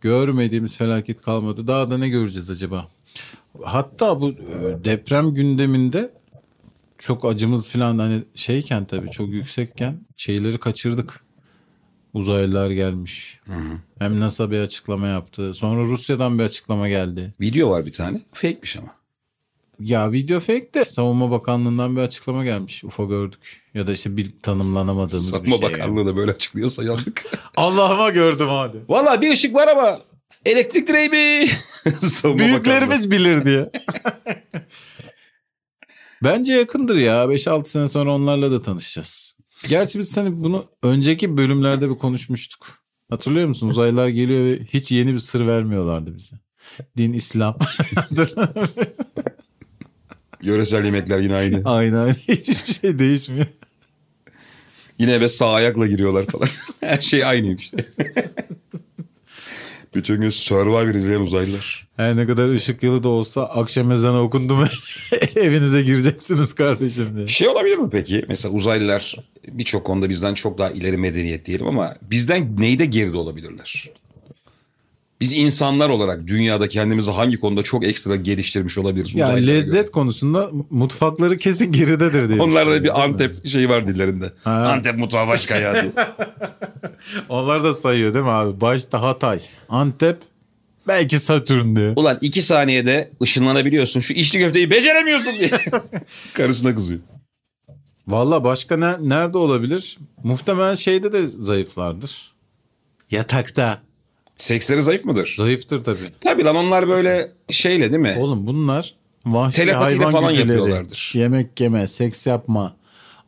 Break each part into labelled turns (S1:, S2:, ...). S1: görmediğimiz felaket kalmadı. Daha da ne göreceğiz acaba? Hatta bu e, deprem gündeminde çok acımız falan hani şeyken tabii çok yüksekken şeyleri kaçırdık. Uzaylılar gelmiş. Hem NASA bir açıklama yaptı. Sonra Rusya'dan bir açıklama geldi.
S2: Video var bir tane. Fake'miş ama.
S1: Ya video fake de Savunma Bakanlığı'ndan bir açıklama gelmiş. UFO gördük. Ya da işte bir tanımlanamadığımız bir
S2: Satma
S1: şey.
S2: Bakanlığı da böyle açıklıyorsa yandık.
S1: Allah'ıma gördüm hadi.
S2: Valla bir ışık var ama elektrik direği mi? Savunma Bakanlığı.
S1: Büyüklerimiz bilir diye. Bence yakındır ya. 5-6 sene sonra onlarla da tanışacağız. Gerçi biz hani bunu önceki bölümlerde bir konuşmuştuk. Hatırlıyor musun? Uzaylılar geliyor ve hiç yeni bir sır vermiyorlardı bize. Din, İslam.
S2: Yöresel yemekler yine aynı.
S1: aynı aynı. Hiçbir şey değişmiyor.
S2: Yine eve sağ ayakla giriyorlar falan. Her şey aynıymış. Bütün gün Survivor izleyen uzaylılar.
S1: Her ne kadar ışık yılı da olsa akşam ezanı okundu mu evinize gireceksiniz kardeşim diye.
S2: Bir şey olabilir mi peki? Mesela uzaylılar birçok konuda bizden çok daha ileri medeniyet diyelim ama bizden neyde geride olabilirler? Biz insanlar olarak dünyada kendimizi hangi konuda çok ekstra geliştirmiş olabiliriz?
S1: Yani
S2: uzaylılara
S1: lezzet konusunda mutfakları kesin geridedir diye.
S2: göre? Onlarda
S1: düşünüyorum,
S2: bir
S1: değil mi?
S2: Antep şeyi var dillerinde. Antep mutfağı başka ya. diye.
S1: Onlar da sayıyor değil mi abi? Başta Hatay, Antep, belki Satürn diye.
S2: Ulan iki saniyede ışınlanabiliyorsun. Şu içli köfteyi beceremiyorsun diye. Karısına kızıyor.
S1: Valla başka ne- nerede olabilir? Muhtemelen şeyde de zayıflardır. Yatakta.
S2: Seksleri zayıf mıdır?
S1: Zayıftır tabii.
S2: Tabii lan onlar böyle şeyle değil mi?
S1: Oğlum bunlar vahşi
S2: Telepatiyle
S1: hayvan
S2: falan
S1: güdüleri.
S2: yapıyorlardır.
S1: Yemek yeme, seks yapma.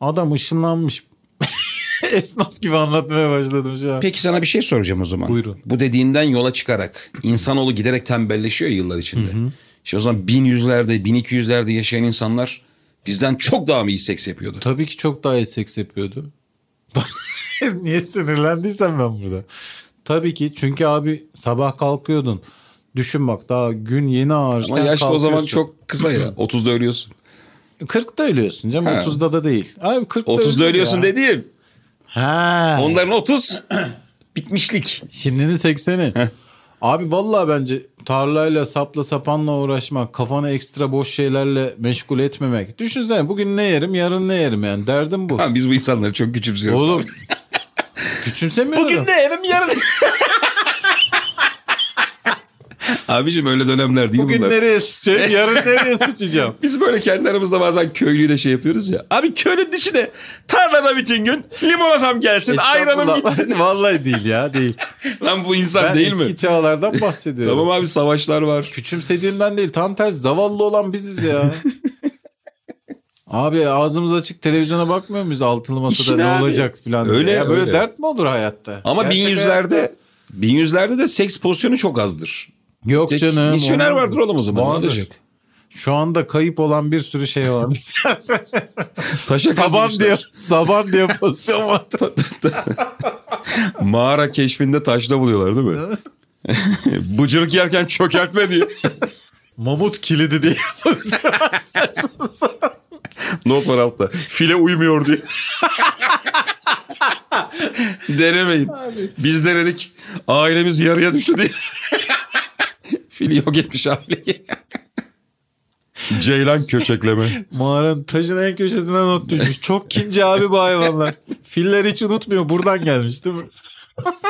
S1: Adam ışınlanmış. Esnaf gibi anlatmaya başladım şu an.
S2: Peki sana bir şey soracağım o zaman.
S1: Buyurun.
S2: Bu dediğinden yola çıkarak insanoğlu giderek tembelleşiyor ya yıllar içinde. İşte o zaman 1100'lerde, 1200'lerde yaşayan insanlar bizden çok daha mı iyi seks yapıyordu?
S1: Tabii ki çok daha iyi seks yapıyordu. Niye sinirlendiysem ben burada. Tabii ki çünkü abi sabah kalkıyordun. Düşün bak daha gün yeni ağarken
S2: Ama yaşta o zaman
S1: kalkıyorsun.
S2: çok kısa ya. 30'da ölüyorsun.
S1: 40'da ölüyorsun canım
S2: Ha.
S1: 30'da da değil. Abi 40'da
S2: 30'da
S1: ölüyor
S2: ölüyorsun
S1: ya.
S2: dediğim.
S1: Ha.
S2: Onların 30 bitmişlik.
S1: Şimdinin 80'i. Abi vallahi bence tarlayla sapla sapanla uğraşmak, kafanı ekstra boş şeylerle meşgul etmemek. Düşünsene bugün ne yerim, yarın ne yerim yani. Derdim bu.
S2: Ha, biz bu insanları çok küçümsüyoruz.
S1: Oğlum küçümsemiyorum.
S2: Bugün ne yerim yarın. Abicim öyle dönemler değil
S1: Bugün
S2: bunlar.
S1: nereye sıçacağım? Yarın nereye sıçacağım?
S2: Biz böyle kendi aramızda bazen köylüyü de şey yapıyoruz ya. Abi köylünün içine tarlada bütün gün limonatam gelsin, ayranım
S1: İstanbul'da-
S2: gitsin.
S1: Vallahi değil ya değil.
S2: Lan bu insan
S1: Ben
S2: değil
S1: eski
S2: mi?
S1: çağlardan bahsediyorum.
S2: Tamam abi savaşlar var.
S1: Küçümsediğimden değil tam tersi zavallı olan biziz ya. Abi ağzımız açık televizyona bakmıyor muyuz altılı masada
S2: İşin
S1: ne
S2: abi.
S1: olacak filan diye.
S2: Öyle,
S1: ya böyle
S2: öyle.
S1: dert mi olur hayatta?
S2: Ama
S1: Gerçek
S2: bin
S1: hayatta-
S2: yüzlerde bin yüzlerde de seks pozisyonu çok azdır.
S1: Yok
S2: Tek
S1: canım.
S2: misyoner
S1: olmaz.
S2: vardır oğlum o zaman, ne
S1: Vardır.
S2: olacak?
S1: Şu anda kayıp olan bir sürü şey var.
S2: Taşa
S1: saban
S2: kazımışlar.
S1: diye, saban diye pozisyon var.
S2: Mağara keşfinde taşta buluyorlar değil mi? Bıcırık yerken çökertme diye.
S1: Mamut kilidi diye pozisyon var.
S2: Not var altta. File uymuyor diye. Denemeyin. Biz denedik. Ailemiz yarıya düştü diye. Fil yok etmiş aileyi. Ceylan köçekleme.
S1: Mağaranın taşın en köşesine not düşmüş. Çok kinci abi bu hayvanlar. Filler hiç unutmuyor. Buradan gelmiş değil mi?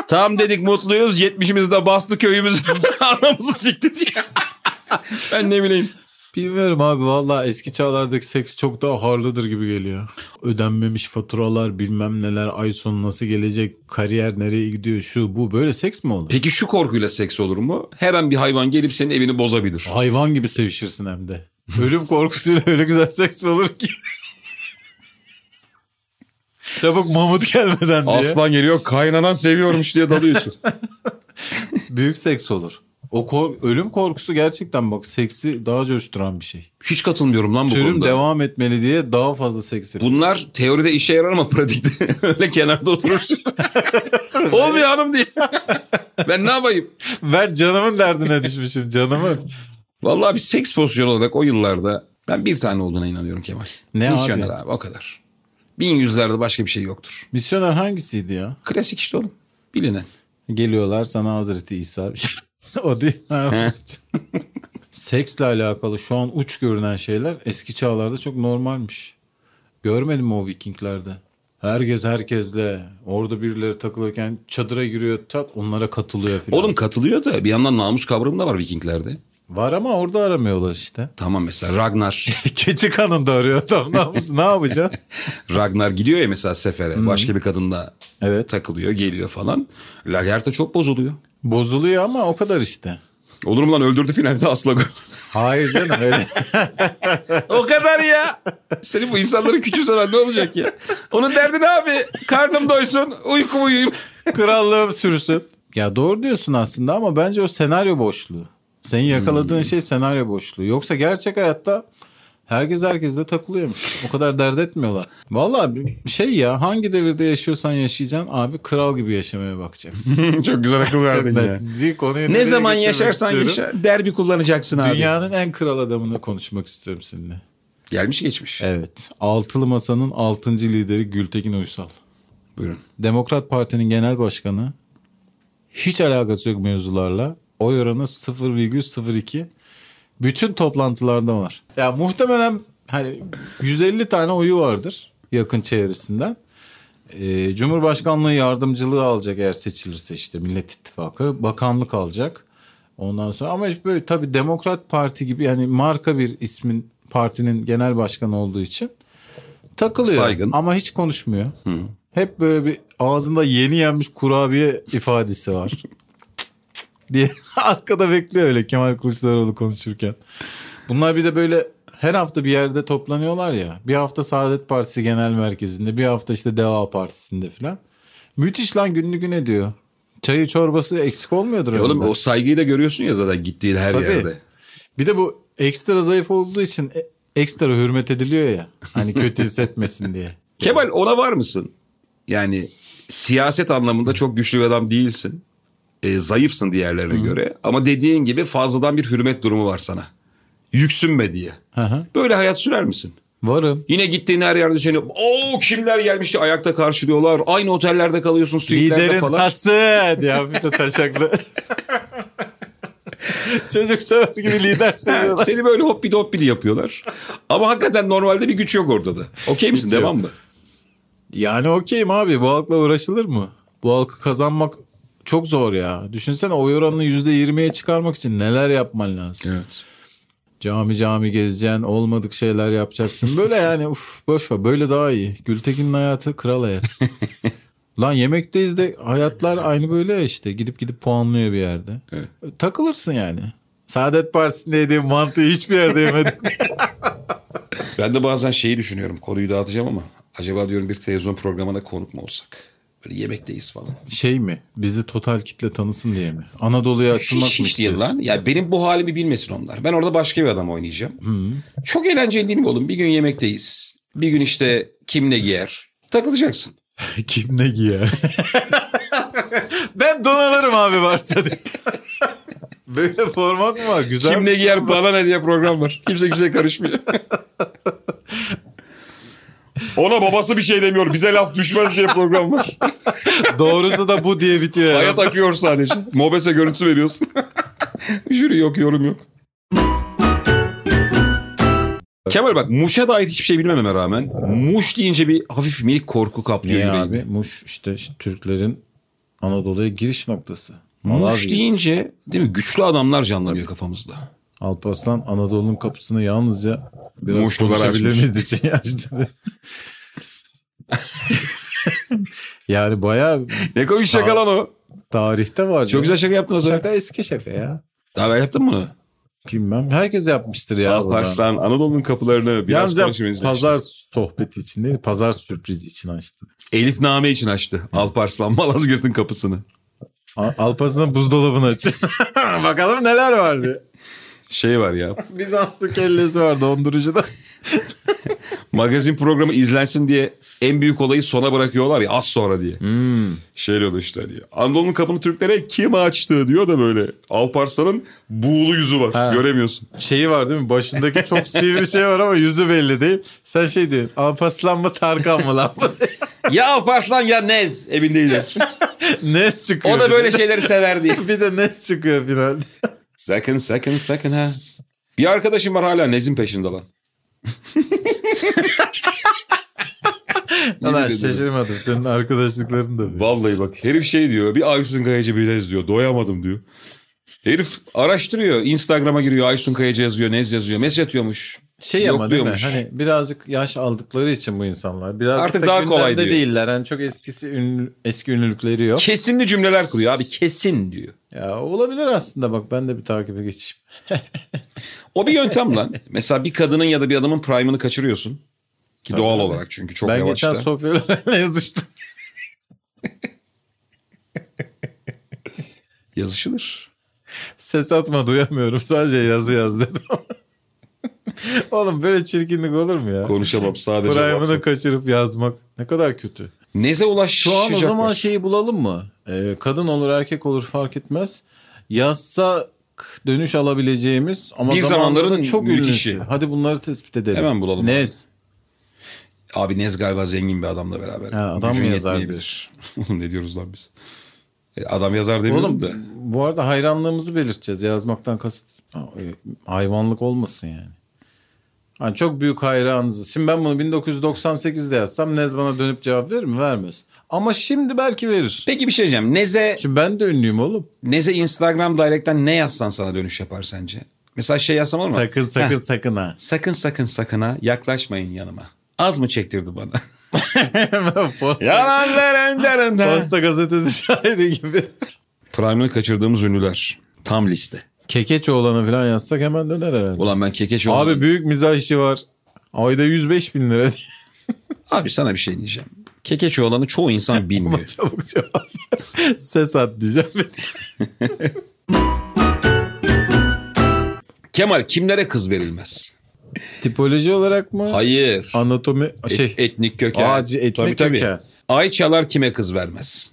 S2: Tam dedik mutluyuz. Yetmişimizde bastı köyümüz. Anamızı sikti diye. ben ne bileyim.
S1: Bilmiyorum abi vallahi eski çağlardaki seks çok daha harlıdır gibi geliyor. Ödenmemiş faturalar bilmem neler ay sonu nasıl gelecek kariyer nereye gidiyor şu bu böyle seks mi olur?
S2: Peki şu korkuyla seks olur mu? Her an bir hayvan gelip senin evini bozabilir.
S1: Hayvan gibi sevişirsin hem de. Ölüm korkusuyla öyle güzel seks olur ki. Çabuk mamut gelmeden diye.
S2: geliyor kaynanan seviyormuş diye dalıyorsun.
S1: Büyük seks olur. O kor- ölüm korkusu gerçekten bak seksi daha coşturan bir şey.
S2: Hiç katılmıyorum lan bu
S1: Türüm
S2: konuda.
S1: devam etmeli diye daha fazla seks yapıyor.
S2: Bunlar teoride işe yarar ama pratikte öyle kenarda oturursun. Olmuyor hanım diye. ben ne yapayım?
S1: Ben canımın derdine düşmüşüm canımın.
S2: Vallahi bir seks pozisyonu olarak o yıllarda ben bir tane olduğuna inanıyorum Kemal.
S1: Ne
S2: Misyoner
S1: abi?
S2: abi? o kadar. Bin yüzlerde başka bir şey yoktur.
S1: Misyoner hangisiydi ya?
S2: Klasik işte oğlum. Bilinen.
S1: Geliyorlar sana Hazreti İsa bir şey. o değil. Ha. Seksle alakalı şu an uç görünen şeyler eski çağlarda çok normalmiş. Görmedin mi o Vikinglerde? Herkes herkesle orada birileri takılırken çadıra giriyor tat onlara katılıyor filan.
S2: Oğlum katılıyor da bir yandan namus kavramı da var Vikinglerde.
S1: Var ama orada aramıyorlar işte.
S2: Tamam mesela Ragnar.
S1: Keçi kanında arıyor adam ne yapıyorsun ne yapacaksın?
S2: Ragnar gidiyor ya mesela sefere. Başka bir kadınla
S1: Evet.
S2: takılıyor geliyor falan. Lagerta çok bozuluyor.
S1: Bozuluyor ama o kadar işte.
S2: Olur mu lan öldürdü finalde Aslak'ı.
S1: Hayır canım öyle.
S2: o kadar ya. Senin bu insanları küçümsemen ne olacak ya? Onun derdi ne abi? Karnım doysun, uykum uyuyayım.
S1: Krallığım sürsün. Ya doğru diyorsun aslında ama bence o senaryo boşluğu. Senin yakaladığın şey senaryo boşluğu. Yoksa gerçek hayatta herkes herkesle takılıyormuş. O kadar dert etmiyorlar. Vallahi bir şey ya hangi devirde yaşıyorsan yaşayacaksın abi kral gibi yaşamaya bakacaksın.
S2: çok güzel akıl
S1: Çok
S2: verdin ya.
S1: net. Konuyu nereye
S2: Ne zaman
S1: getirmek
S2: yaşarsan
S1: istiyorum?
S2: yaşa derbi kullanacaksın abi.
S1: Dünyanın en kral adamını konuşmak istiyorum seninle.
S2: Gelmiş geçmiş.
S1: Evet. Altılı Masa'nın altıncı lideri Gültekin Uysal.
S2: Buyurun.
S1: Demokrat Parti'nin genel başkanı hiç alakası yok mevzularla. Oy oranı 0,02. Bütün toplantılarda var. Ya muhtemelen hani 150 tane oyu vardır yakın çevresinden. Ee, Cumhurbaşkanlığı yardımcılığı alacak eğer seçilirse işte Millet İttifakı. Bakanlık alacak. Ondan sonra ama işte böyle tabii Demokrat Parti gibi yani marka bir ismin partinin genel başkanı olduğu için takılıyor.
S2: Saygın.
S1: Ama hiç konuşmuyor. Hep böyle bir ağzında yeni yenmiş kurabiye ifadesi var. Cık, cık diye arkada bekliyor öyle Kemal Kılıçdaroğlu konuşurken. Bunlar bir de böyle her hafta bir yerde toplanıyorlar ya. Bir hafta Saadet Partisi Genel Merkezi'nde, bir hafta işte Deva Partisi'nde falan. Müthiş lan günlü gün ediyor. Çayı çorbası eksik olmuyordur.
S2: E oğlum
S1: herhalde.
S2: o saygıyı da görüyorsun ya zaten gittiğin her
S1: Tabii.
S2: yerde.
S1: Bir de bu ekstra zayıf olduğu için e- ekstra hürmet ediliyor ya. Hani kötü hissetmesin diye.
S2: Kemal ona var mısın? Yani siyaset anlamında çok güçlü bir adam değilsin. E, zayıfsın diğerlerine göre. Ama dediğin gibi fazladan bir hürmet durumu var sana. Yüksünme diye.
S1: Hı hı.
S2: Böyle hayat sürer misin?
S1: Varım.
S2: Yine gittiğin her yerde seni o kimler gelmişti ayakta karşılıyorlar. Aynı otellerde kalıyorsun suitlerde
S1: Liderin
S2: falan.
S1: tası diye hafif de taşaklı. Çocuk sever gibi lider
S2: Ha,
S1: seviyorlar.
S2: Seni böyle hoppidi hoppidi yapıyorlar. Ama hakikaten normalde bir güç yok ortada. Okey misin?
S1: Hiç yok.
S2: Devam mı?
S1: Yani okeyim abi bu halkla uğraşılır mı? Bu halkı kazanmak çok zor ya. Düşünsene oy oranını %20'ye çıkarmak için neler yapman lazım.
S2: Evet.
S1: Cami cami gezeceksin, olmadık şeyler yapacaksın. Böyle yani uf boş ver böyle daha iyi. Gültekin'in hayatı kral hayat. Lan yemekteyiz de hayatlar aynı böyle ya işte. Gidip gidip puanlıyor bir yerde.
S2: Evet.
S1: Takılırsın yani. Saadet Partisi'nde yediğim mantıyı hiçbir yerde yemedim.
S2: Ben de bazen şeyi düşünüyorum. Konuyu dağıtacağım ama acaba diyorum bir televizyon programına konuk mu olsak? Böyle yemekteyiz falan.
S1: şey mi? Bizi total kitle tanısın diye mi? Anadolu'ya açılmak
S2: Hiç
S1: mı
S2: hiç değil
S1: istiyorsun?
S2: şey lan. Ya benim bu halimi bilmesin onlar. Ben orada başka bir adam oynayacağım. Çok eğlenceli değil mi oğlum? Bir gün yemekteyiz. Bir gün işte kim ne giyer. Takılacaksın.
S1: Kim ne giyer? ben donanırım abi varsa diye. Böyle format mı var? Güzel
S2: Kim
S1: mi?
S2: ne giyer bana ne diye program var. Kimse kimseye karışmıyor. Ona babası bir şey demiyor. Bize laf düşmez diye program var.
S1: Doğrusu da bu diye bitiyor. ya.
S2: Hayat akıyor sadece. Mobese görüntüsü veriyorsun. Jüri yok, yorum yok. Kemal bak Muş'a dair hiçbir şey bilmememe rağmen Muş deyince bir hafif minik korku kaplıyor
S1: Niye
S2: yüreğimi.
S1: abi? Muş işte, işte Türklerin Anadolu'ya giriş noktası.
S2: Muş
S1: Malazgirt.
S2: deyince değil mi güçlü adamlar canlanıyor kafamızda.
S1: Alparslan Anadolu'nun kapısını yalnızca biraz
S2: Muşlular
S1: konuşabilir
S2: açmış.
S1: miyiz için açtı. yani bayağı
S2: Ne komik şaka lan o.
S1: tarihte var.
S2: Çok güzel şaka yaptın Hasan.
S1: Şaka eski şaka ya.
S2: Daha ben yaptın mı bunu?
S1: Bilmem. Herkes yapmıştır ya. bunu.
S2: Alparslan Anadolu'nun kapılarını biraz
S1: Yalnızca
S2: konuşmamız lazım.
S1: pazar sohbeti için değil, pazar sürprizi için açtı.
S2: Elif Name için açtı Alparslan Malazgirt'in kapısını.
S1: Al- Alparslan buzdolabını açın. Bakalım neler vardı.
S2: Şey var ya
S1: Bizanslı kellesi var dondurucuda.
S2: magazin programı izlensin diye en büyük olayı sona bırakıyorlar ya az sonra diye. Şey oluyor işte hani Anadolu'nun kapını Türklere kim açtı diyor da böyle Alparslan'ın buğulu yüzü var
S1: Ha.
S2: göremiyorsun.
S1: Şeyi var değil mi? Başındaki çok sivri şey var ama yüzü belli değil. Sen şey diyorsun. Alparslan mı Tarkan mı lan?
S2: ya Alparslan ya Nez emin değilim.
S1: Nes çıkıyor.
S2: O da böyle şeyleri sever diye.
S1: bir de Nes çıkıyor finalde.
S2: Sakın sakın sakın ha. Bir arkadaşım var hala nezin peşinde lan.
S1: Ben
S2: ederim.
S1: şaşırmadım. Senin arkadaşlıkların da. böyle.
S2: Vallahi bak herif şey diyor bir Aysun Kayacı bileriz diyor doyamadım diyor. Herif araştırıyor Instagram'a giriyor Aysun Kayacı yazıyor Nez yazıyor mesaj atıyormuş.
S1: Şey ama değil mi?
S2: Yokluyormuş.
S1: Hani birazcık yaş aldıkları için bu insanlar. Birazcık
S2: Artık
S1: da
S2: daha
S1: gündemde
S2: kolay diyor.
S1: değiller. Hani çok eskisi ünlü, eski ünlülükleri yok.
S2: Kesinli cümleler kuruyor abi kesin diyor.
S1: Ya olabilir aslında bak ben de bir takibe geçeyim.
S2: O bir yöntem lan. Mesela bir kadının ya da bir adamın prime'ını kaçırıyorsun. Ki doğal olarak çünkü çok
S1: ben
S2: yavaş
S1: geçen
S2: da.
S1: Sofya Loren'le yazıştım.
S2: Yazışılır.
S1: Ses atma duyamıyorum. Sadece yazı yaz dedim. Oğlum böyle çirkinlik olur mu ya?
S2: Konuşamam sadece.
S1: Prime'ını
S2: WhatsApp.
S1: kaçırıp yazmak. Ne kadar kötü.
S2: Neze ulaşacak.
S1: Şu an o zaman şeyi bulalım mı? Ee, kadın olur erkek olur fark etmez. Yazsa dönüş alabileceğimiz ama
S2: Bir
S1: zamanında
S2: zamanların
S1: da çok
S2: müthişi.
S1: ünlüsü. Hadi bunları tespit edelim.
S2: Hemen bulalım.
S1: Nez.
S2: Abi Nez galiba zengin bir adamla beraber.
S1: Ha, adam
S2: Gücün
S1: mı yazar
S2: yetmeyebilir. Oğlum ne diyoruz lan biz? E, adam yazar demiyorum
S1: Oğlum
S2: da.
S1: bu arada hayranlığımızı belirteceğiz. Yazmaktan kasıt e, hayvanlık olmasın yani. Hani çok büyük hayranınız. Şimdi ben bunu 1998'de yazsam Nez bana dönüp cevap verir mi? Vermez. Ama şimdi belki verir.
S2: Peki bir şey diyeceğim. Neze,
S1: Şimdi ben de ünlüyüm oğlum.
S2: Neze Instagram Direct'ten ne yazsan sana dönüş yapar sence? Mesela şey yazsam olur mu?
S1: Sakın sakın
S2: Heh,
S1: sakın ha.
S2: sakın sakın sakına yaklaşmayın yanıma. Az mı çektirdi bana?
S1: Posta-
S2: Yalanların derinde.
S1: Posta gazetesi şairi gibi.
S2: Prime'ını kaçırdığımız ünlüler. Tam liste.
S1: Kekeçoğlan'a falan yazsak hemen döner herhalde.
S2: Ulan ben kekeç oldum.
S1: Abi büyük mizah işi var. Ayda 105 bin lira.
S2: Abi sana bir şey diyeceğim. Kekeç olanı çoğu insan bilmiyor.
S1: Çabuk cevap ver. Ses at diyeceğim.
S2: Kemal kimlere kız verilmez?
S1: Tipoloji olarak mı?
S2: Hayır.
S1: Anatomi şey.
S2: Et- etnik köken.
S1: Ağacı, etnik köken.
S2: Ayçalar kime kız vermez?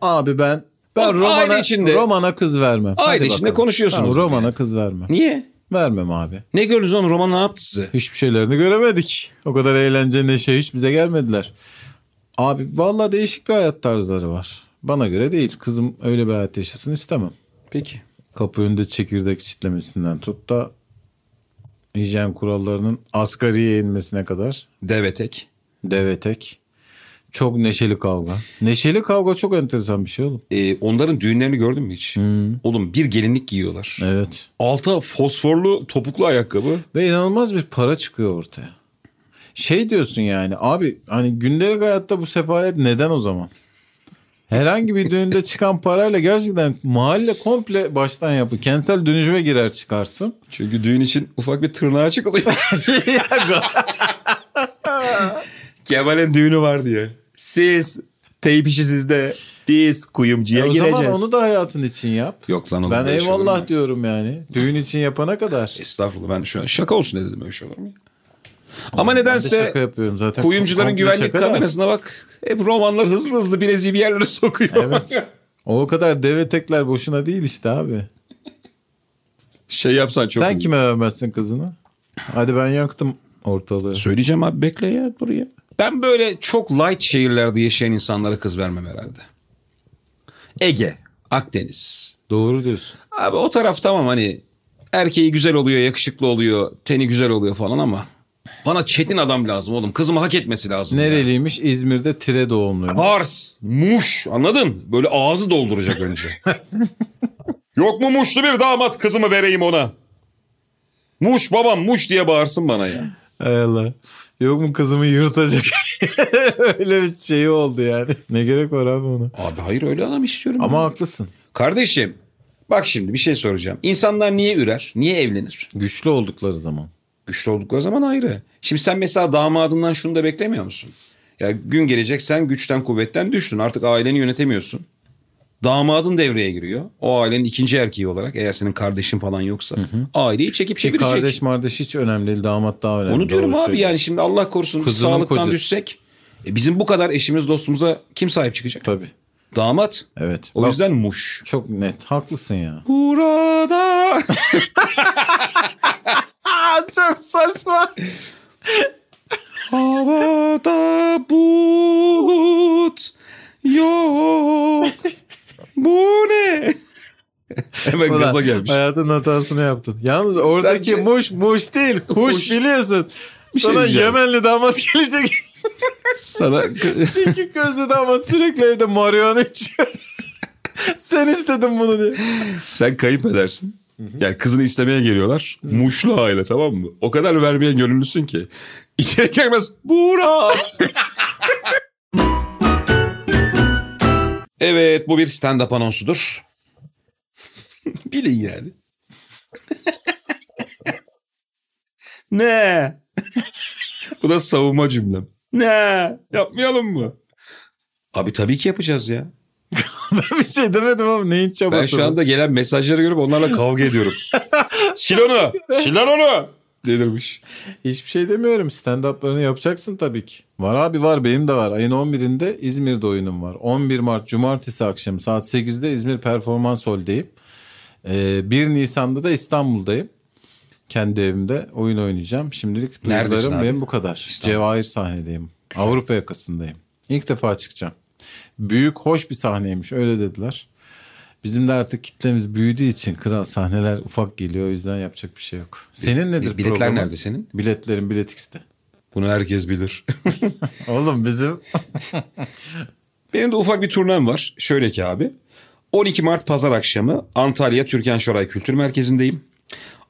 S1: abi ben ben
S2: Oğlum,
S1: Roman'a
S2: aile içinde-
S1: Roman'a kız vermem.
S2: Aile
S1: Hadi
S2: içinde
S1: bakalım.
S2: konuşuyorsunuz
S1: Tamam, Roman'a
S2: yani.
S1: kız vermem.
S2: Niye?
S1: Vermem abi.
S2: Ne gördünüz oğlum roman ne yaptı size?
S1: Hiçbir şeylerini göremedik. O kadar eğlence neşe hiç bize gelmediler. Abi valla değişik bir hayat tarzları var. Bana göre değil. Kızım öyle bir hayat yaşasın istemem.
S2: Peki.
S1: kapı önünde çekirdek çitlemesinden tut da hijyen kurallarının asgariye inmesine kadar
S2: Devetek.
S1: devetek. Çok neşeli kavga. Neşeli kavga çok enteresan bir şey oğlum.
S2: Ee, onların düğünlerini gördün mü hiç? Oğlum bir gelinlik giyiyorlar.
S1: Evet.
S2: Alta fosforlu topuklu ayakkabı.
S1: Ve inanılmaz bir para çıkıyor ortaya. Şey diyorsun yani abi hani gündelik hayatta bu sefalet neden o zaman? Herhangi bir düğünde çıkan parayla gerçekten mahalle komple baştan yapı. Kentsel dönüşüme girer çıkarsın.
S2: Çünkü düğün için ufak bir tırnağa çıkılıyor. Kemal'in düğünü var diye. Siz teyp işi sizde. Biz kuyumcuya
S1: E o zaman onu da hayatın için yap.
S2: Yok lan oğlum.
S1: Ben
S2: böyle şey olur mu
S1: eyvallah
S2: ya?
S1: diyorum yani. Düğün için yapana kadar.
S2: Estağfurullah ben şu an şaka olsun ne dedim öyle şey olur mu? ya? Ama
S1: Ben de şaka
S2: nedense
S1: yapıyorum zaten.
S2: kuyumcuların
S1: Komple
S2: güvenlik
S1: şaka da.
S2: kamerasına bak. Hep romanlar hızlı hızlı bileziği bir yerlere sokuyor.
S1: Evet. O kadar deve tekler boşuna değil işte abi.
S2: Şey yapsan çok
S1: Sen
S2: iyi.
S1: kime vermezsin kızını? Hadi ben yaktım ortalığı.
S2: Söyleyeceğim abi bekle ya buraya. Ben böyle çok light şehirlerde yaşayan insanlara kız vermem herhalde. Ege, Akdeniz.
S1: Doğru diyorsun.
S2: Abi o taraf tamam hani erkeği güzel oluyor, yakışıklı oluyor, teni güzel oluyor falan ama bana çetin adam lazım oğlum. Kızımı hak etmesi lazım. ya.
S1: Nereliymiş? İzmir'de Tire doğumluyum.
S2: Mars, Muş anladın? Böyle ağzı dolduracak önce. Yok mu Muşlu bir damat kızımı vereyim ona? Muş babam Muş diye bağırsın bana ya.
S1: Hay Allah. Yok mu kızımı yırtacak? Öyle bir şey oldu yani. Ne gerek var abi ona?
S2: Abi hayır öyle adam istiyorum.
S1: Ama haklısın.
S2: Kardeşim bak şimdi bir şey soracağım. İnsanlar niye ürer? Niye evlenir?
S1: Güçlü oldukları zaman.
S2: Güçlü oldukları zaman ayrı. Şimdi sen mesela damadından şunu da beklemiyor musun? Ya gün gelecek sen güçten kuvvetten düştün. Artık aileni yönetemiyorsun. Damadın devreye giriyor. O ailenin ikinci erkeği olarak eğer senin kardeşin falan yoksa aileyi çekip
S1: Ki
S2: çevirecek.
S1: E kardeş mardeş hiç önemli değil. Damat daha önemli.
S2: Onu diyorum
S1: Doğru
S2: abi
S1: söylüyorsun.
S2: yani şimdi Allah korusun
S1: Kızının
S2: sağlıktan
S1: kocası.
S2: düşsek e, bizim bu kadar eşimiz dostumuza kim sahip çıkacak?
S1: Tabii.
S2: Damat.
S1: Evet.
S2: O
S1: Bak-
S2: yüzden muş.
S1: Çok net. Haklısın ya.
S2: Burada.
S1: Çok saçma.
S2: Havada bulut yok. Hemen
S1: Ulan,
S2: gaza gelmiş.
S1: Hayatın hatasını yaptın. Yalnız oradaki
S2: Sence-
S1: muş muş değil kuş,
S2: Kuş.
S1: biliyorsun.
S2: Bir şey
S1: Sana
S2: diyeceğim.
S1: Yemenli damat gelecek.
S2: Sana
S1: Çünkü gözlü damat sürekli evde marihuana içiyor. Sen istedin bunu diye.
S2: sen kayıp edersin. Yani kızını istemeye geliyorlar. Muşlu aile tamam mı? O kadar vermeye gönüllüsün ki. İçeri girmez. Buras. evet bu bir stand-up anonsudur. Bilin yani. ne? bu da savunma cümlem. Ne? Yapmayalım mı? Abi tabii ki yapacağız ya.
S1: Ben bir şey demedim ama neyin çabası
S2: Ben şu
S1: bu?
S2: anda gelen mesajları görüp onlarla kavga ediyorum. Sil onu. Sil lan onu. Dedirmiş.
S1: Hiçbir şey demiyorum. Stand-up'larını yapacaksın tabii ki. Var abi var benim de var. Ayın 11'inde İzmir'de oyunum var. 11 Mart Cumartesi akşamı saat 8'de İzmir Performans Hall'deyim. Ee, 1 Nisan'da da İstanbul'dayım. Kendi evimde oyun oynayacağım. Şimdilik
S2: Neredesin
S1: duyurularım
S2: abi?
S1: benim bu kadar. Cevahir sahnedeyim. Avrupa yakasındayım. İlk defa çıkacağım. Büyük hoş bir sahneymiş öyle dediler. Bizim de artık kitlemiz büyüdüğü için kral sahneler ufak geliyor. O yüzden yapacak bir şey yok. Senin nedir
S2: biletler
S1: programın?
S2: nerede senin?
S1: Biletlerim biletikste.
S2: Bunu herkes bilir.
S1: Oğlum bizim
S2: Benim de ufak bir turnem var. Şöyle ki abi. 12 Mart pazar akşamı Antalya Türkan Şoray Kültür Merkezi'ndeyim.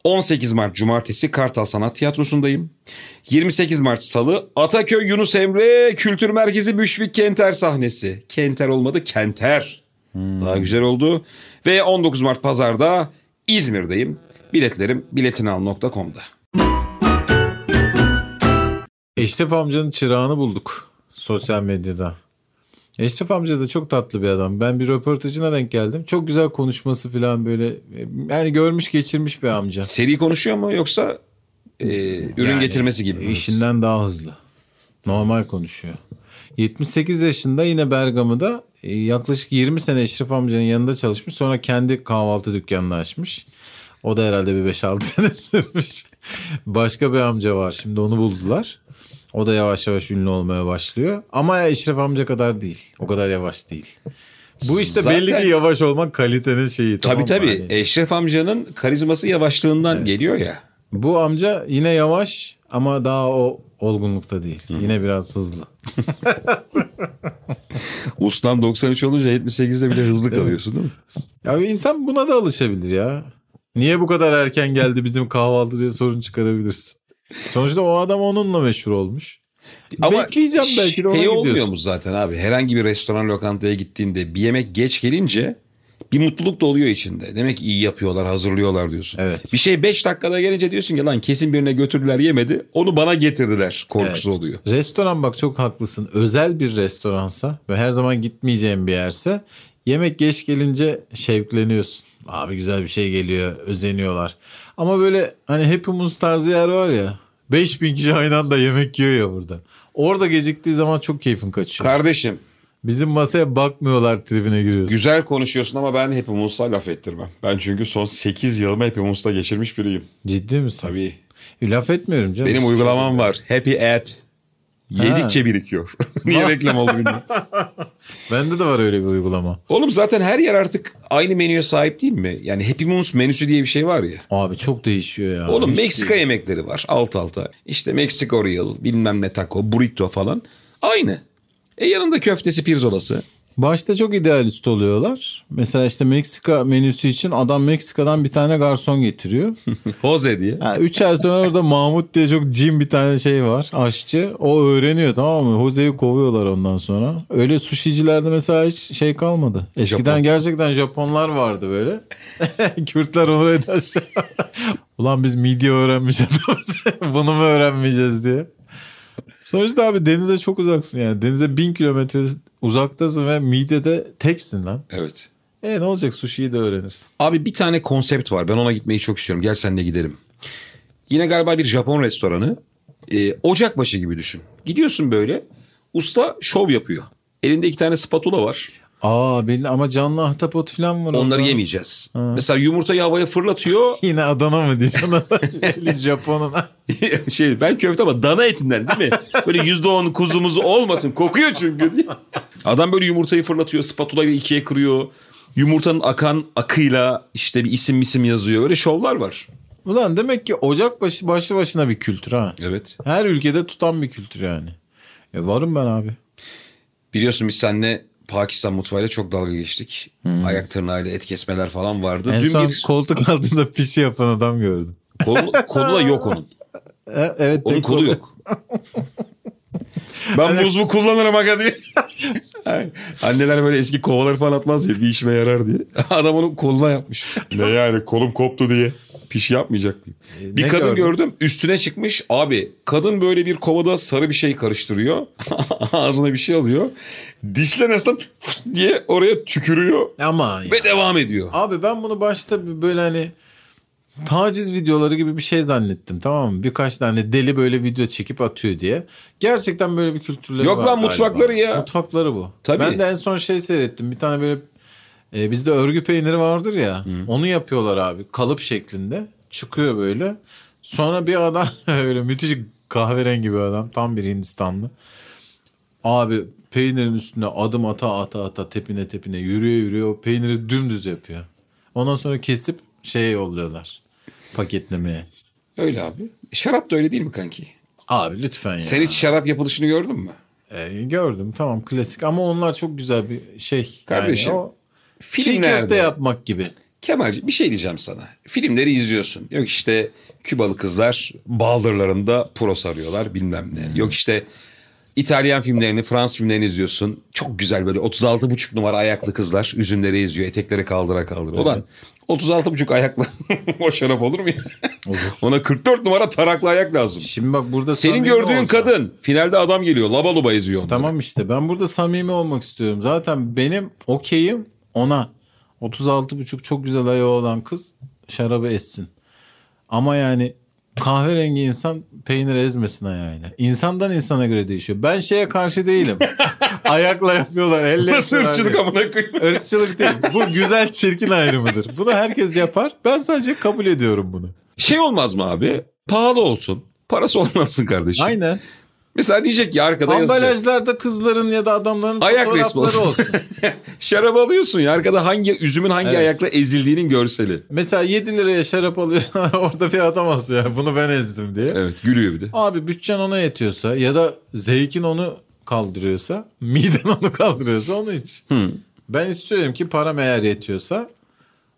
S2: 18 Mart Cumartesi Kartal Sanat Tiyatrosu'ndayım. 28 Mart Salı Ataköy Yunus Emre Kültür Merkezi Müşfik Kenter sahnesi. Kenter olmadı Kenter. Daha güzel oldu. Ve 19 Mart Pazar'da İzmir'deyim. Biletlerim biletinal.com'da.
S1: Eşref amcanın çırağını bulduk sosyal medyada. Eşref amca da çok tatlı bir adam. Ben bir röportajına denk geldim. Çok güzel konuşması falan böyle e, yani görmüş geçirmiş bir amca.
S2: Seri konuşuyor mu yoksa e, ürün
S1: Yani
S2: getirmesi gibi mi?
S1: İşinden daha hızlı. Normal konuşuyor. 78 yaşında yine Bergama'da e, yaklaşık 20 sene Eşref amcanın yanında çalışmış. Sonra kendi kahvaltı dükkanını açmış. O da herhalde bir 5-6 sene sürmüş. Başka bir amca var. Şimdi onu buldular. O da yavaş yavaş ünlü olmaya başlıyor. Ama Eşref amca kadar değil. O kadar yavaş değil. Bu işte belli
S2: Zaten-
S1: ki yavaş olmak kalitenin şeyi.
S2: Tabii
S1: tamam mı?
S2: tabii.
S1: Hani-
S2: Eşref amcanın karizması yavaşlığından geliyor ya.
S1: Bu amca yine yavaş ama daha o olgunlukta değil. Yine biraz hızlı.
S2: Ustam 93 olunca 78'de bile hızlı kalıyorsun değil mi?
S1: Ya bir insan buna da alışabilir ya. Niye bu kadar erken geldi bizim kahvaltı diye sorun çıkarabilirsin. Sonuçta o adam onunla meşhur olmuş. Bekleyeceğim belki de ona
S2: şey
S1: gidiyorsun.
S2: olmuyor mu zaten abi? Herhangi bir restoran lokantaya gittiğinde bir yemek geç gelince bir mutluluk da oluyor içinde. Demek ki iyi yapıyorlar, hazırlıyorlar diyorsun.
S1: Evet.
S2: Bir şey 5 dakikada gelince diyorsun ki lan kesin birine götürdüler yemedi. Onu bana getirdiler korkusu
S1: Evet.
S2: oluyor.
S1: Restoran bak çok haklısın. Özel bir restoransa ve her zaman gitmeyeceğim bir yerse yemek geç gelince şevkleniyorsun. Abi güzel bir şey geliyor, özeniyorlar. Ama böyle hani Happy Moons tarzı yer var ya. 5000 kişi aynı anda yemek yiyor ya burada. Orada geciktiği zaman çok keyfin kaçıyor.
S2: Kardeşim
S1: Bizim masaya bakmıyorlar tribine giriyorsun.
S2: güzel konuşuyorsun ama ben Happy Moons'a laf ettirmem. Ben çünkü son 8 yılımı Happy Moons'ta geçirmiş biriyim.
S1: Ciddi misin?
S2: Tabii.
S1: E, Laf etmiyorum canım. şey
S2: Benim uygulamam var. Happy App. Yedikçe birikiyor. Niye reklam oldu bilmiyorum.
S1: Bende de var öyle bir uygulama.
S2: Oğlum zaten her yer artık aynı menüye sahip değil mi? Yani Happy Moons menüsü diye bir şey var ya.
S1: Abi çok değişiyor ya.
S2: Oğlum
S1: Hiç
S2: Meksika yemekleri var alt alta. İşte Meksika Oriole, bilmem ne taco, burrito falan. Aynı. E yanında köftesi, pirzolası.
S1: Başta çok idealist oluyorlar. Mesela işte Meksika menüsü için adam Meksika'dan bir tane garson getiriyor.
S2: Jose diye.
S1: Ha, üç ay sonra orada Mahmut diye çok cin bir tane şey var. Aşçı. O öğreniyor tamam mı? Jose'yi kovuyorlar ondan sonra. Öyle sushicilerde mesela hiç şey kalmadı. Eskiden
S2: Japon.
S1: gerçekten Japonlar vardı böyle. Kürtler onları da aşağı. Ulan biz midye öğrenmiş adamız. Bunu mu öğrenmeyeceğiz diye. Sonuçta abi denize çok uzaksın yani. Denize bin kilometre uzaktasın ve midede teksin lan.
S2: Evet.
S1: E ne olacak sushi'yi de öğrenirsin.
S2: Abi bir tane konsept var. Ben ona gitmeyi çok istiyorum. Gel seninle gidelim. Yine galiba bir Japon restoranı. Ee, Ocakbaşı gibi düşün. Gidiyorsun böyle. Usta şov yapıyor. Elinde iki tane spatula var.
S1: Aa belli ama canlı ahtapot falan var.
S2: Onları
S1: orada.
S2: yemeyeceğiz. Mesela yumurtayı havaya fırlatıyor.
S1: Yine Adana mı diyeceksin? Eli Japon'una.
S2: şey ben köfte ama dana etinden değil mi? Böyle yüzde on kuzumuz olmasın. Kokuyor çünkü. Adam böyle yumurtayı fırlatıyor. Spatula ile ikiye kırıyor. yumurtanın akan akıyla işte bir isim isim yazıyor. Öyle şovlar var.
S1: Ulan demek ki Ocakbaşı başlı başına bir kültür ha.
S2: Evet.
S1: Her ülkede tutan bir kültür yani. E varım ben abi.
S2: Biliyorsun biz seninle Pakistan mutfağıyla çok dalga geçtik. Ayak tırnağıyla et kesmeler falan vardı.
S1: Hmm. En
S2: Dün
S1: son
S2: bir
S1: koltuk altında pişi yapan adam gördüm.
S2: kolu, kolu da yok onun.
S1: E, evet.
S2: Onun
S1: tek
S2: kolu yok. ben buz mu kullanırım aga diye. Anneler böyle eski kovaları falan atmaz ya bir işime yarar diye. Adam onun koluna yapmış. ne yani kolum koptu diye. Piş yapmayacak mıyım?
S1: E,
S2: bir
S1: ne
S2: kadın
S1: gördün?
S2: gördüm üstüne çıkmış. Abi kadın böyle bir kovada sarı bir şey karıştırıyor. Ağzına bir şey alıyor. Dişler arasında diye oraya tükürüyor.
S1: Aman ya.
S2: Ve devam ediyor.
S1: Abi ben bunu başta bir böyle hani taciz videoları gibi bir şey zannettim tamam mı? Birkaç tane deli böyle video çekip atıyor diye. Gerçekten böyle bir kültürleri
S2: Yok
S1: var
S2: lan
S1: galiba.
S2: mutfakları ya.
S1: Mutfakları bu.
S2: Tabii.
S1: Ben de en son şey seyrettim. Bir tane böyle e, bizde örgü peyniri vardır ya. Onu yapıyorlar abi kalıp şeklinde. Çıkıyor böyle. Sonra bir adam öyle müthiş kahverengi bir adam. Tam bir Hindistanlı. Abi peynirin üstüne adım ata ata ata tepine tepine yürüye yürüye o peyniri dümdüz yapıyor. Ondan sonra kesip şeye yolluyorlar. Paketlemeye.
S2: Öyle abi. Şarap da öyle değil mi kanki?
S1: Abi lütfen ya.
S2: Sen hiç şarap yapılışını gördün mü?
S1: Ee, gördüm tamam klasik ama onlar çok güzel bir şey.
S2: Kardeşim,
S1: Yani o çiğ
S2: filmlerde-
S1: köfte yapmak gibi.
S2: Kemalci bir şey diyeceğim sana. Filmleri izliyorsun. Yok işte Kübalı kızlar baldırlarında pro sarıyorlar bilmem ne. Yok işte İtalyan filmlerini, Fransız filmlerini izliyorsun. Çok güzel böyle 36,5 numara ayaklı kızlar üzümleri izliyor. Etekleri kaldıra kaldıra. Ulan 36,5 ayaklı o şarap olur mu ya? Ona 44 numara taraklı ayak lazım.
S1: Şimdi bak burada
S2: Senin
S1: samimi
S2: gördüğün
S1: olsa-
S2: kadın finalde adam geliyor laba luba eziyor. Tamam.
S1: Tamam işte ben burada samimi olmak istiyorum. Zaten benim okeyim ona. 36,5 çok güzel ayağı olan kız şarabı etsin. Ama yani kahverengi insan peynir ezmesin ayağıyla. İnsandan insana göre değişiyor. Ben şeye karşı değilim. Ayakla yapıyorlar. Elle
S2: Nasıl
S1: yapıyorlar
S2: ırkçılık
S1: diye.
S2: amına koyayım?
S1: Irkçılık değil. Bu güzel çirkin ayrımıdır. Bunu herkes yapar. Ben sadece kabul ediyorum bunu.
S2: Şey olmaz mı abi? Pahalı olsun. Parası olmasın kardeşim.
S1: Aynen.
S2: Mesela diyecek ki arkada yazacak.
S1: Ambalajlarda kızların ya da adamların
S2: Ayak resmi
S1: fotoğrafları
S2: olsun.
S1: olsun.
S2: Şarap alıyorsun ya arkada hangi üzümün hangi
S1: Evet.
S2: ayakla ezildiğinin görseli.
S1: Mesela 7 liraya şarap alıyorsun orada bir adam asıyor. yani Bunu ben ezdim diye.
S2: Evet gülüyor bir de.
S1: Abi bütçen ona yetiyorsa ya da zevkin onu kaldırıyorsa, miden onu kaldırıyorsa onu iç.
S2: Hmm.
S1: Ben istiyorum ki param eğer yetiyorsa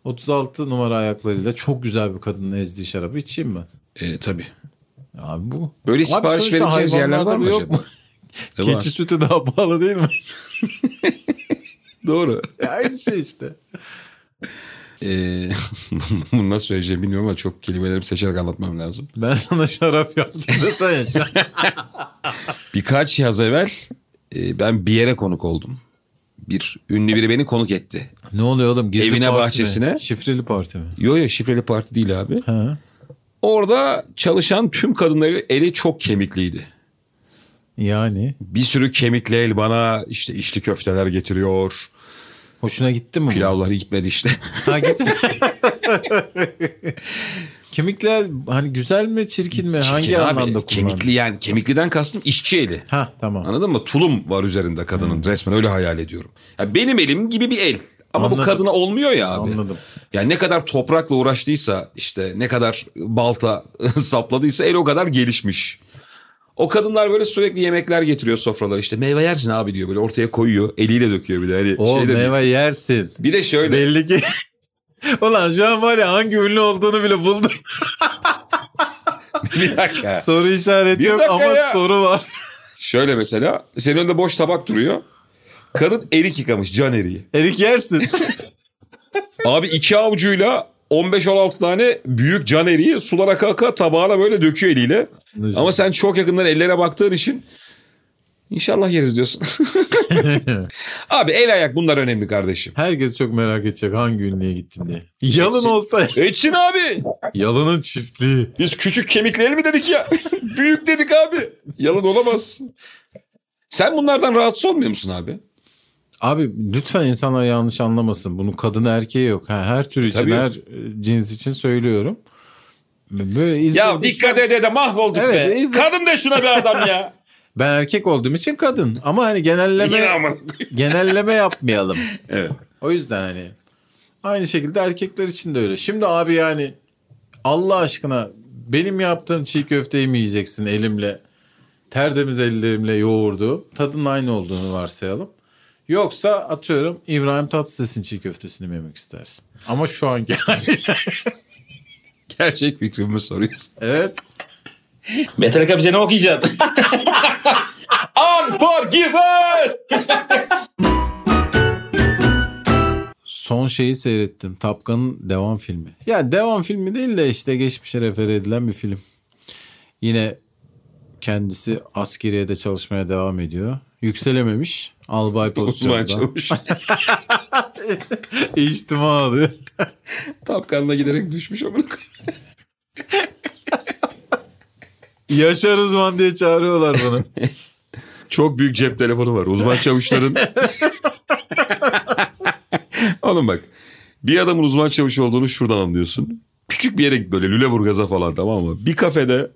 S1: 36 numara ayaklarıyla çok güzel bir kadının ezdiği şarabı içeyim ben.
S2: E, tabii.
S1: Abi bu.
S2: Böyle
S1: Abi
S2: sipariş
S1: sonuçta
S2: verebileceğimiz yerler
S1: hayvanlarda
S2: var mı
S1: bu yok
S2: acaba?
S1: mu?
S2: E, var.
S1: Keçi sütü daha pahalı değil mi?
S2: Doğru.
S1: Aynı şey işte.
S2: E, bunu nasıl söyleyeceğimi bilmiyorum ama çok kelimelerimi seçerek anlatmam lazım.
S1: Ben sana şarap yaptım desene. şu an.
S2: Birkaç yaz evvel e, ben bir yere konuk oldum. Bir ünlü biri beni konuk etti.
S1: ne oluyor oğlum? Gizli
S2: Evine,
S1: parti mi?
S2: bahçesine.
S1: Şifreli parti mi?
S2: Yo yo şifreli parti değil abi.
S1: Ha.
S2: Orada çalışan tüm kadınları eli çok kemikliydi.
S1: Yani.
S2: Bir sürü kemikli el bana işte içli köfteler getiriyor.
S1: Hoşuna gitti mi? bu?
S2: Pilavlar gitmedi işte.
S1: Ha git. Kemikler hani güzel mi çirkin mi?
S2: Çirkin
S1: Hangi
S2: abi.
S1: anlamda kullanılır?
S2: Kemikli yani kemikliden kastım işçi eli.
S1: Ha Hmm. tamam.
S2: Anladın mı? Tulum var üzerinde kadının resmen öyle hayal ediyorum. Ya benim elim gibi bir el. Ama bu
S1: Anladım.
S2: kadına olmuyor ya abi.
S1: Anladım.
S2: Yani ne kadar toprakla uğraştıysa işte ne kadar balta sapladıysa el o kadar gelişmiş. O kadınlar böyle sürekli yemekler getiriyor sofralara işte meyve yersin abi diyor böyle ortaya koyuyor eliyle döküyor bir de hani
S1: O
S2: şey de değil.
S1: meyve yersin.
S2: bir de şöyle
S1: Belli ki. Ulan şu an var ya hangi ünlü olduğunu bile buldum.
S2: bir dakika.
S1: soru işareti
S2: Bir
S1: yok
S2: dakika
S1: ama
S2: ya.
S1: soru var.
S2: Şöyle mesela senin önünde boş tabak duruyor. Kadın erik yıkamış can eriği.
S1: Erik yersin.
S2: Abi iki avucuyla 15-16 tane büyük can eriği sular aka aka tabağına böyle döküyor eliyle.
S1: Nasıl?
S2: Ama sen çok yakından ellere baktığın için inşallah yeriz diyorsun. Abi el ayak bunlar önemli kardeşim.
S1: Herkes çok merak edecek hangi ünlüye gittin diye. Yalın
S2: Kesin.
S1: olsa.
S2: Etçin abi.
S1: Yalının çiftliği.
S2: Biz küçük kemikli el mi dedik ya? büyük dedik abi. Yalan olamaz. Sen bunlardan rahatsız olmuyor musun abi?
S1: Abi lütfen insanlar yanlış anlamasın. Bunun kadını erkeği yok. Ha, her tür için,
S2: Tabii.
S1: her e, cins için söylüyorum. Böyle
S2: Ya
S1: izledik-
S2: dikkat ede de mahvolduk
S1: Evet,
S2: be.
S1: izle-
S2: Kadın da şuna bir adam ya.
S1: Ben erkek olduğum için kadın. Ama hani genelleme
S2: Yine aman.
S1: genelleme yapmayalım.
S2: Evet.
S1: O yüzden hani Aynı şekilde erkekler için de öyle. Şimdi abi yani Allah aşkına benim yaptığım çiğ köfteyi mi yiyeceksin elimle? Tertemiz ellerimle yoğurdu. Tadının aynı olduğunu varsayalım. Yoksa atıyorum İbrahim Tatlıses'in çiğ köftesini mi yemek istersin? Ama şu anki
S2: Gerçek fikrimi soruyorsun.
S1: Evet.
S3: Metallica bize ne okuyacak?
S2: Unforgiven!
S1: Son şeyi seyrettim. Tapkan'ın devam filmi. Ya devam filmi değil de işte geçmişe refere edilen bir film. Yine kendisi askeriyede çalışmaya devam ediyor. Yükselememiş. Albay
S2: Uzman
S1: pozisyonda.
S2: çavuş.
S1: İçtima alıyor.
S2: Tapkanla giderek düşmüş amına koyayım.
S1: Yaşar uzman diye çağırıyorlar bana.
S2: Çok büyük cep telefonu var. Uzman çavuşların. Oğlum bak. Bir adamın uzman çavuş olduğunu şuradan anlıyorsun. Küçük bir yere git böyle Lüleburgaz'a falan tamam mı? Bir kafede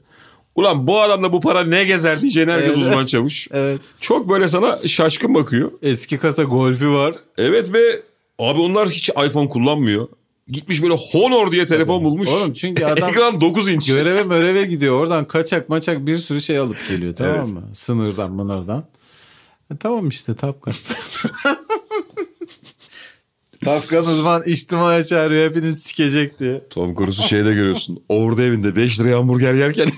S2: ulan bu adamla bu para ne gezer diyeceğin herkes
S1: Evet.
S2: uzman çavuş.
S1: Evet.
S2: Çok böyle sana şaşkın bakıyor.
S1: Eski kasa golfi var.
S2: Evet ve abi onlar hiç iPhone kullanmıyor. Gitmiş böyle Honor diye telefon bulmuş.
S1: Oğlum çünkü adam-
S2: Ekran 9 inç.
S1: Göreve möreve gidiyor. Oradan kaçak maçak bir sürü şey alıp geliyor tamam mı? Sınırdan mınırdan. E, tamam işte Tapkan. Tapkan uzman içtimaya çağırıyor. Hepiniz sikecek diye.
S2: Tom Cruise'u şeyde görüyorsun. Ordu evinde 5 liraya hamburger yerken.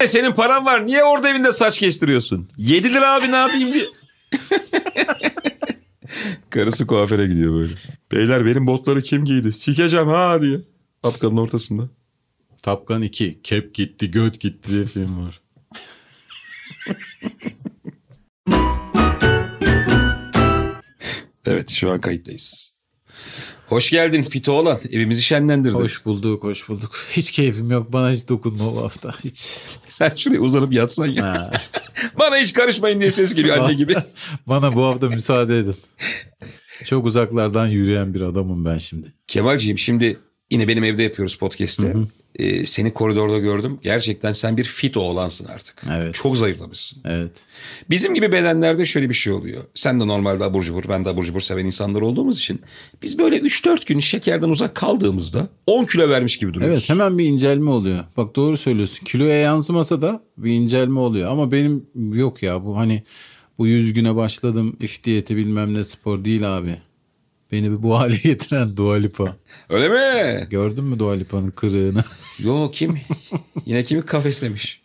S2: E senin paran var. Niye ordu evinde saç kestiriyorsun? 7 lira abi ne yapayım diye. Karısı kuaföre gidiyor böyle. Beyler benim botları kim giydi? Sikeceğim ha diye. Apkanın ortasında.
S1: Tapkan 2. Kep gitti, göt gitti diye film var.
S2: Evet şu an kayıttayız. Hoş geldin Fito olan. Evimizi şenlendirdin.
S1: Hoş bulduk, hoş bulduk. Hiç keyfim yok. Bana hiç dokunma bu hafta. Hiç.
S2: Sen şuraya uzanıp yatsan ya. Bana hiç karışmayın diye ses geliyor anne gibi.
S1: Bana bu hafta müsaade edin. Çok uzaklardan yürüyen bir adamım ben şimdi.
S2: Kemalciğim şimdi yine benim evde yapıyoruz podcast'i. Ee, seni koridorda gördüm. Gerçekten sen bir fit oğlansın artık.
S1: Evet.
S2: Çok zayıflamışsın.
S1: Evet.
S2: Bizim gibi bedenlerde şöyle bir şey oluyor. Sen de normalde abur cubur, ben de abur cubur seven insanlar olduğumuz için biz böyle 3-4 gün şekerden uzak kaldığımızda 10 kilo vermiş gibi duruyoruz.
S1: Evet hemen bir incelme oluyor. Bak doğru söylüyorsun. Kiloya yansımasa da bir incelme oluyor. Ama benim yok ya bu hani bu yüz güne başladım if diyeti bilmem ne spor değil abi. Beni bir bu hale getiren Dua Lipa.
S2: Öyle mi?
S1: Gördün mü Dua Lipa'nın kırığını?
S2: Yo kim? yine kimi kafeslemiş.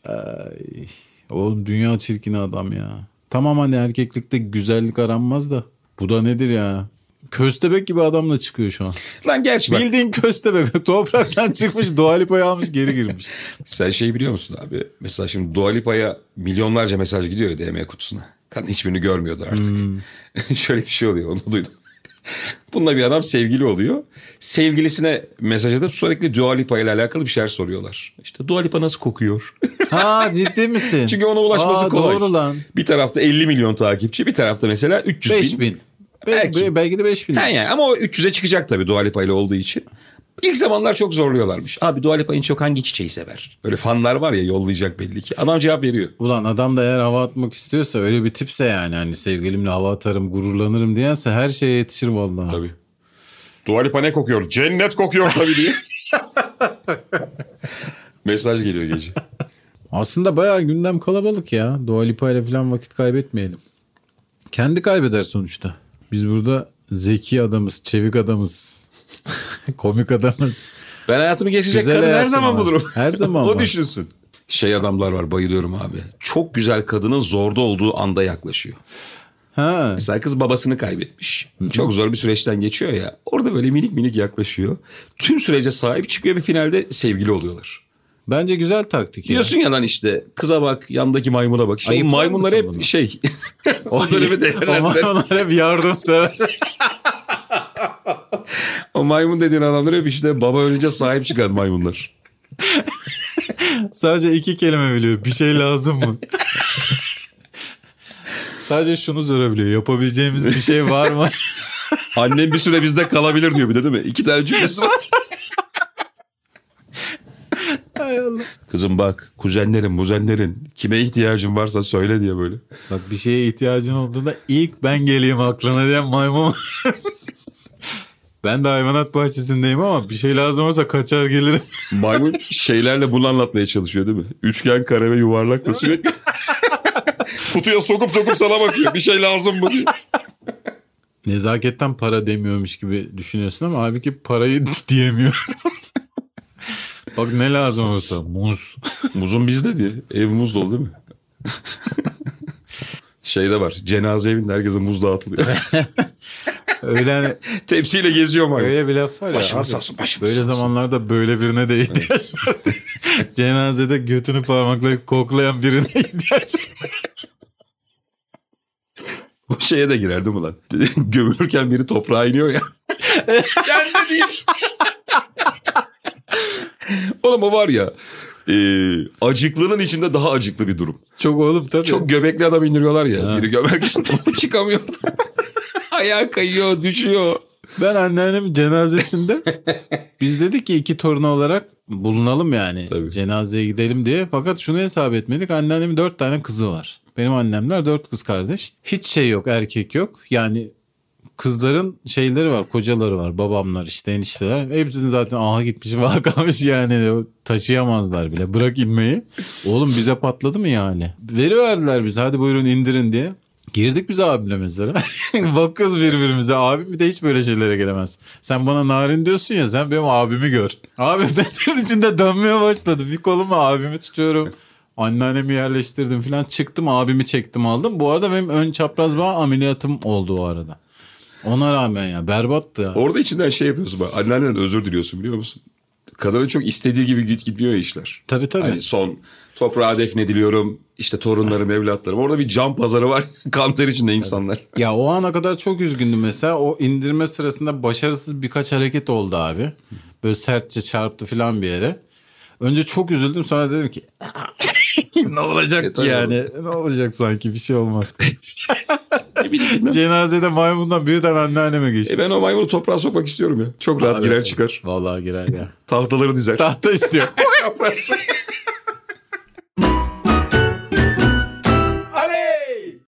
S1: Oğlum dünya çirkini adam ya. Tamam hani erkeklikte güzellik aranmaz da. Bu da nedir ya? Köstebek gibi adamla çıkıyor şu an.
S2: Lan gerçi bak
S1: Bildiğin köstebek. Topraktan çıkmış Dua Lipa'yı almış geri girmiş.
S2: Sen şey biliyor musun abi? Mesela şimdi Dua Lipa'ya milyonlarca mesaj gidiyor ya DM kutusuna. Kadın hiçbirini görmüyordur artık.
S1: Hmm.
S2: Şöyle bir şey oluyor onu duydum. Bununla bir adam sevgili oluyor. Sevgilisine mesaj atıp sürekli Dua Lipa ile alakalı bir şeyler soruyorlar. İşte Dua Lipa nasıl kokuyor?
S1: Ha ciddi misin?
S2: Çünkü ona ulaşması
S1: Aa,
S2: kolay.
S1: Doğru lan.
S2: Bir tarafta 50 milyon takipçi bir tarafta mesela 300
S1: 5000.
S2: bin.
S1: bin.
S2: Belki.
S1: Belki. belki de 5000.
S2: Ha yani ama o 300'e çıkacak tabii Dua Lipa ile olduğu için. İlk zamanlar çok zorluyorlarmış. Abi Dua Lipa en çok hangi çiçeği sever? Böyle fanlar var ya yollayacak belli ki. Adam cevap veriyor.
S1: Ulan adam da eğer hava atmak istiyorsa öyle bir tipse yani hani sevgilimle hava atarım gururlanırım diyense her şeye yetişir vallahi.
S2: Tabii. Dua Lipa ne kokuyor? Cennet kokuyor tabii diye. Mesaj geliyor gece.
S1: Aslında bayağı gündem kalabalık ya. Dua Lipa ile falan vakit kaybetmeyelim. Kendi kaybeder sonuçta. Biz burada zeki adamız, çevik adamız, komik adamız.
S2: Ben hayatımı geçecek
S1: Güzel
S2: kadın her
S1: hayatım
S2: zaman
S1: var.
S2: bulurum.
S1: Her zaman
S2: o
S1: var.
S2: düşünsün. Şey adamlar var bayılıyorum abi. Çok güzel kadının zorda olduğu anda yaklaşıyor.
S1: Ha.
S2: Mesela kız babasını kaybetmiş. Çok zor bir süreçten geçiyor ya. Orada böyle minik minik yaklaşıyor. Tüm sürece sahip çıkıyor ve finalde sevgili oluyorlar.
S1: Bence güzel taktik ya.
S2: Diyorsun ya lan işte kıza bak yandaki maymuna bak. İşte o
S1: Ayıplar
S2: maymunlar
S1: mısın
S2: hep
S1: bunu?
S2: şey. o dönemi değerlendiren.
S1: Onlar hep yardımsever.
S2: O maymun dediğin adamlar hep işte baba ölünce sahip çıkan maymunlar.
S1: Sadece iki kelime biliyor. Bir şey lazım mı? Sadece şunu sorabiliyor. Yapabileceğimiz bir şey var mı?
S2: Annem bir süre bizde kalabilir diyor bir de değil mi? İki tane cümlesi var.
S1: Hay Allah.
S2: Kızım bak kuzenlerin muzenlerin kime ihtiyacın varsa söyle diye böyle.
S1: Bak bir şeye ihtiyacın olduğunda ilk ben geleyim aklına diyen maymun. var. Ben de hayvanat bahçesindeyim ama bir şey lazım olsa kaçar gelirim.
S4: Maymun şeylerle bunu anlatmaya çalışıyor değil mi? Üçgen, kare ve yuvarlakla sürekli. Kutuya sokup sokup sana bakıyor. Bir şey lazım mı diye.
S1: Nezaketten para demiyormuş gibi düşünüyorsun ama halbuki parayı diyemiyor. Bak ne lazım olsa muz.
S4: Muzun bizde diye. Ev muz dolu değil mi? Şey
S2: Şeyde var. Cenaze evinde herkese muz dağıtılıyor.
S1: Öyle hani,
S2: Tepsiyle geziyor maymun.
S1: öyle bir laf var ya.
S2: Başımız
S1: abi,
S2: sağ olsun, başımız
S1: Böyle
S2: sağ olsun.
S1: zamanlarda böyle birine de ihtiyaç var. Cenazede götünü parmakla koklayan birine ihtiyaç var.
S2: Bu şeye de girerdim ulan. Gömülürken biri toprağa iniyor ya. ben de değil.
S4: Oğlum o var ya. e, acıklının içinde daha acıklı bir durum.
S1: Çok olup tabii.
S2: Çok göbekli adam indiriyorlar ya. Biri gömerken çıkamıyor. Ayağı kayıyor, düşüyor.
S1: Ben anneannemin cenazesinde biz dedik ki iki torunu olarak bulunalım yani.
S4: Tabii.
S1: Cenazeye gidelim diye. Fakat şunu hesap etmedik. Anneannemin dört tane kızı var. Benim annemler dört kız kardeş. Hiç şey yok erkek yok. Yani kızların şeyleri var kocaları var babamlar işte enişteler. Hepsinin zaten aha gitmiş vah kalmış yani taşıyamazlar bile bırak inmeyi. Oğlum bize patladı mı yani? Veriverdiler biz hadi buyurun indirin diye. Girdik biz abimle mezara. Bakız birbirimize. Abim bir de hiç böyle şeylere gelemez. Sen bana narin diyorsun ya sen benim abimi gör. Abi mezarın içinde dönmeye başladı. Bir kolumla abimi tutuyorum. Anneannemi yerleştirdim falan. Çıktım abimi çektim aldım. Bu arada benim ön çapraz bağ ameliyatım oldu o arada. Ona rağmen ya berbattı ya.
S4: Orada içinden şey yapıyorsun. Bak, annenden özür diliyorsun biliyor musun? Kadının çok istediği gibi git gitmiyor ya işler.
S1: Tabii, tabii.
S4: Hani son toprağa defnediliyorum. İşte torunlarım, evlatlarım. Orada bir can pazarı var. Kanter içinde insanlar.
S1: Ya o ana kadar çok üzgündüm mesela. O indirme sırasında başarısız birkaç hareket oldu abi. Böyle sertçe çarptı falan bir yere. Önce çok üzüldüm sonra dedim ki ne
S4: E,
S1: olacak ki
S4: tabii
S1: yani? Ne olacak sanki bir şey olmaz.
S4: Ne bileyim ben.
S1: Cenazede maymundan birden anneanneme
S4: E
S1: geçti.
S4: ben o maymunu toprağa sokmak istiyorum ya. Çok rahat girer çıkar.
S1: Vallahi girer ya.
S4: Tahtaları dizer.
S1: Tahta istiyor.
S4: Çapraz.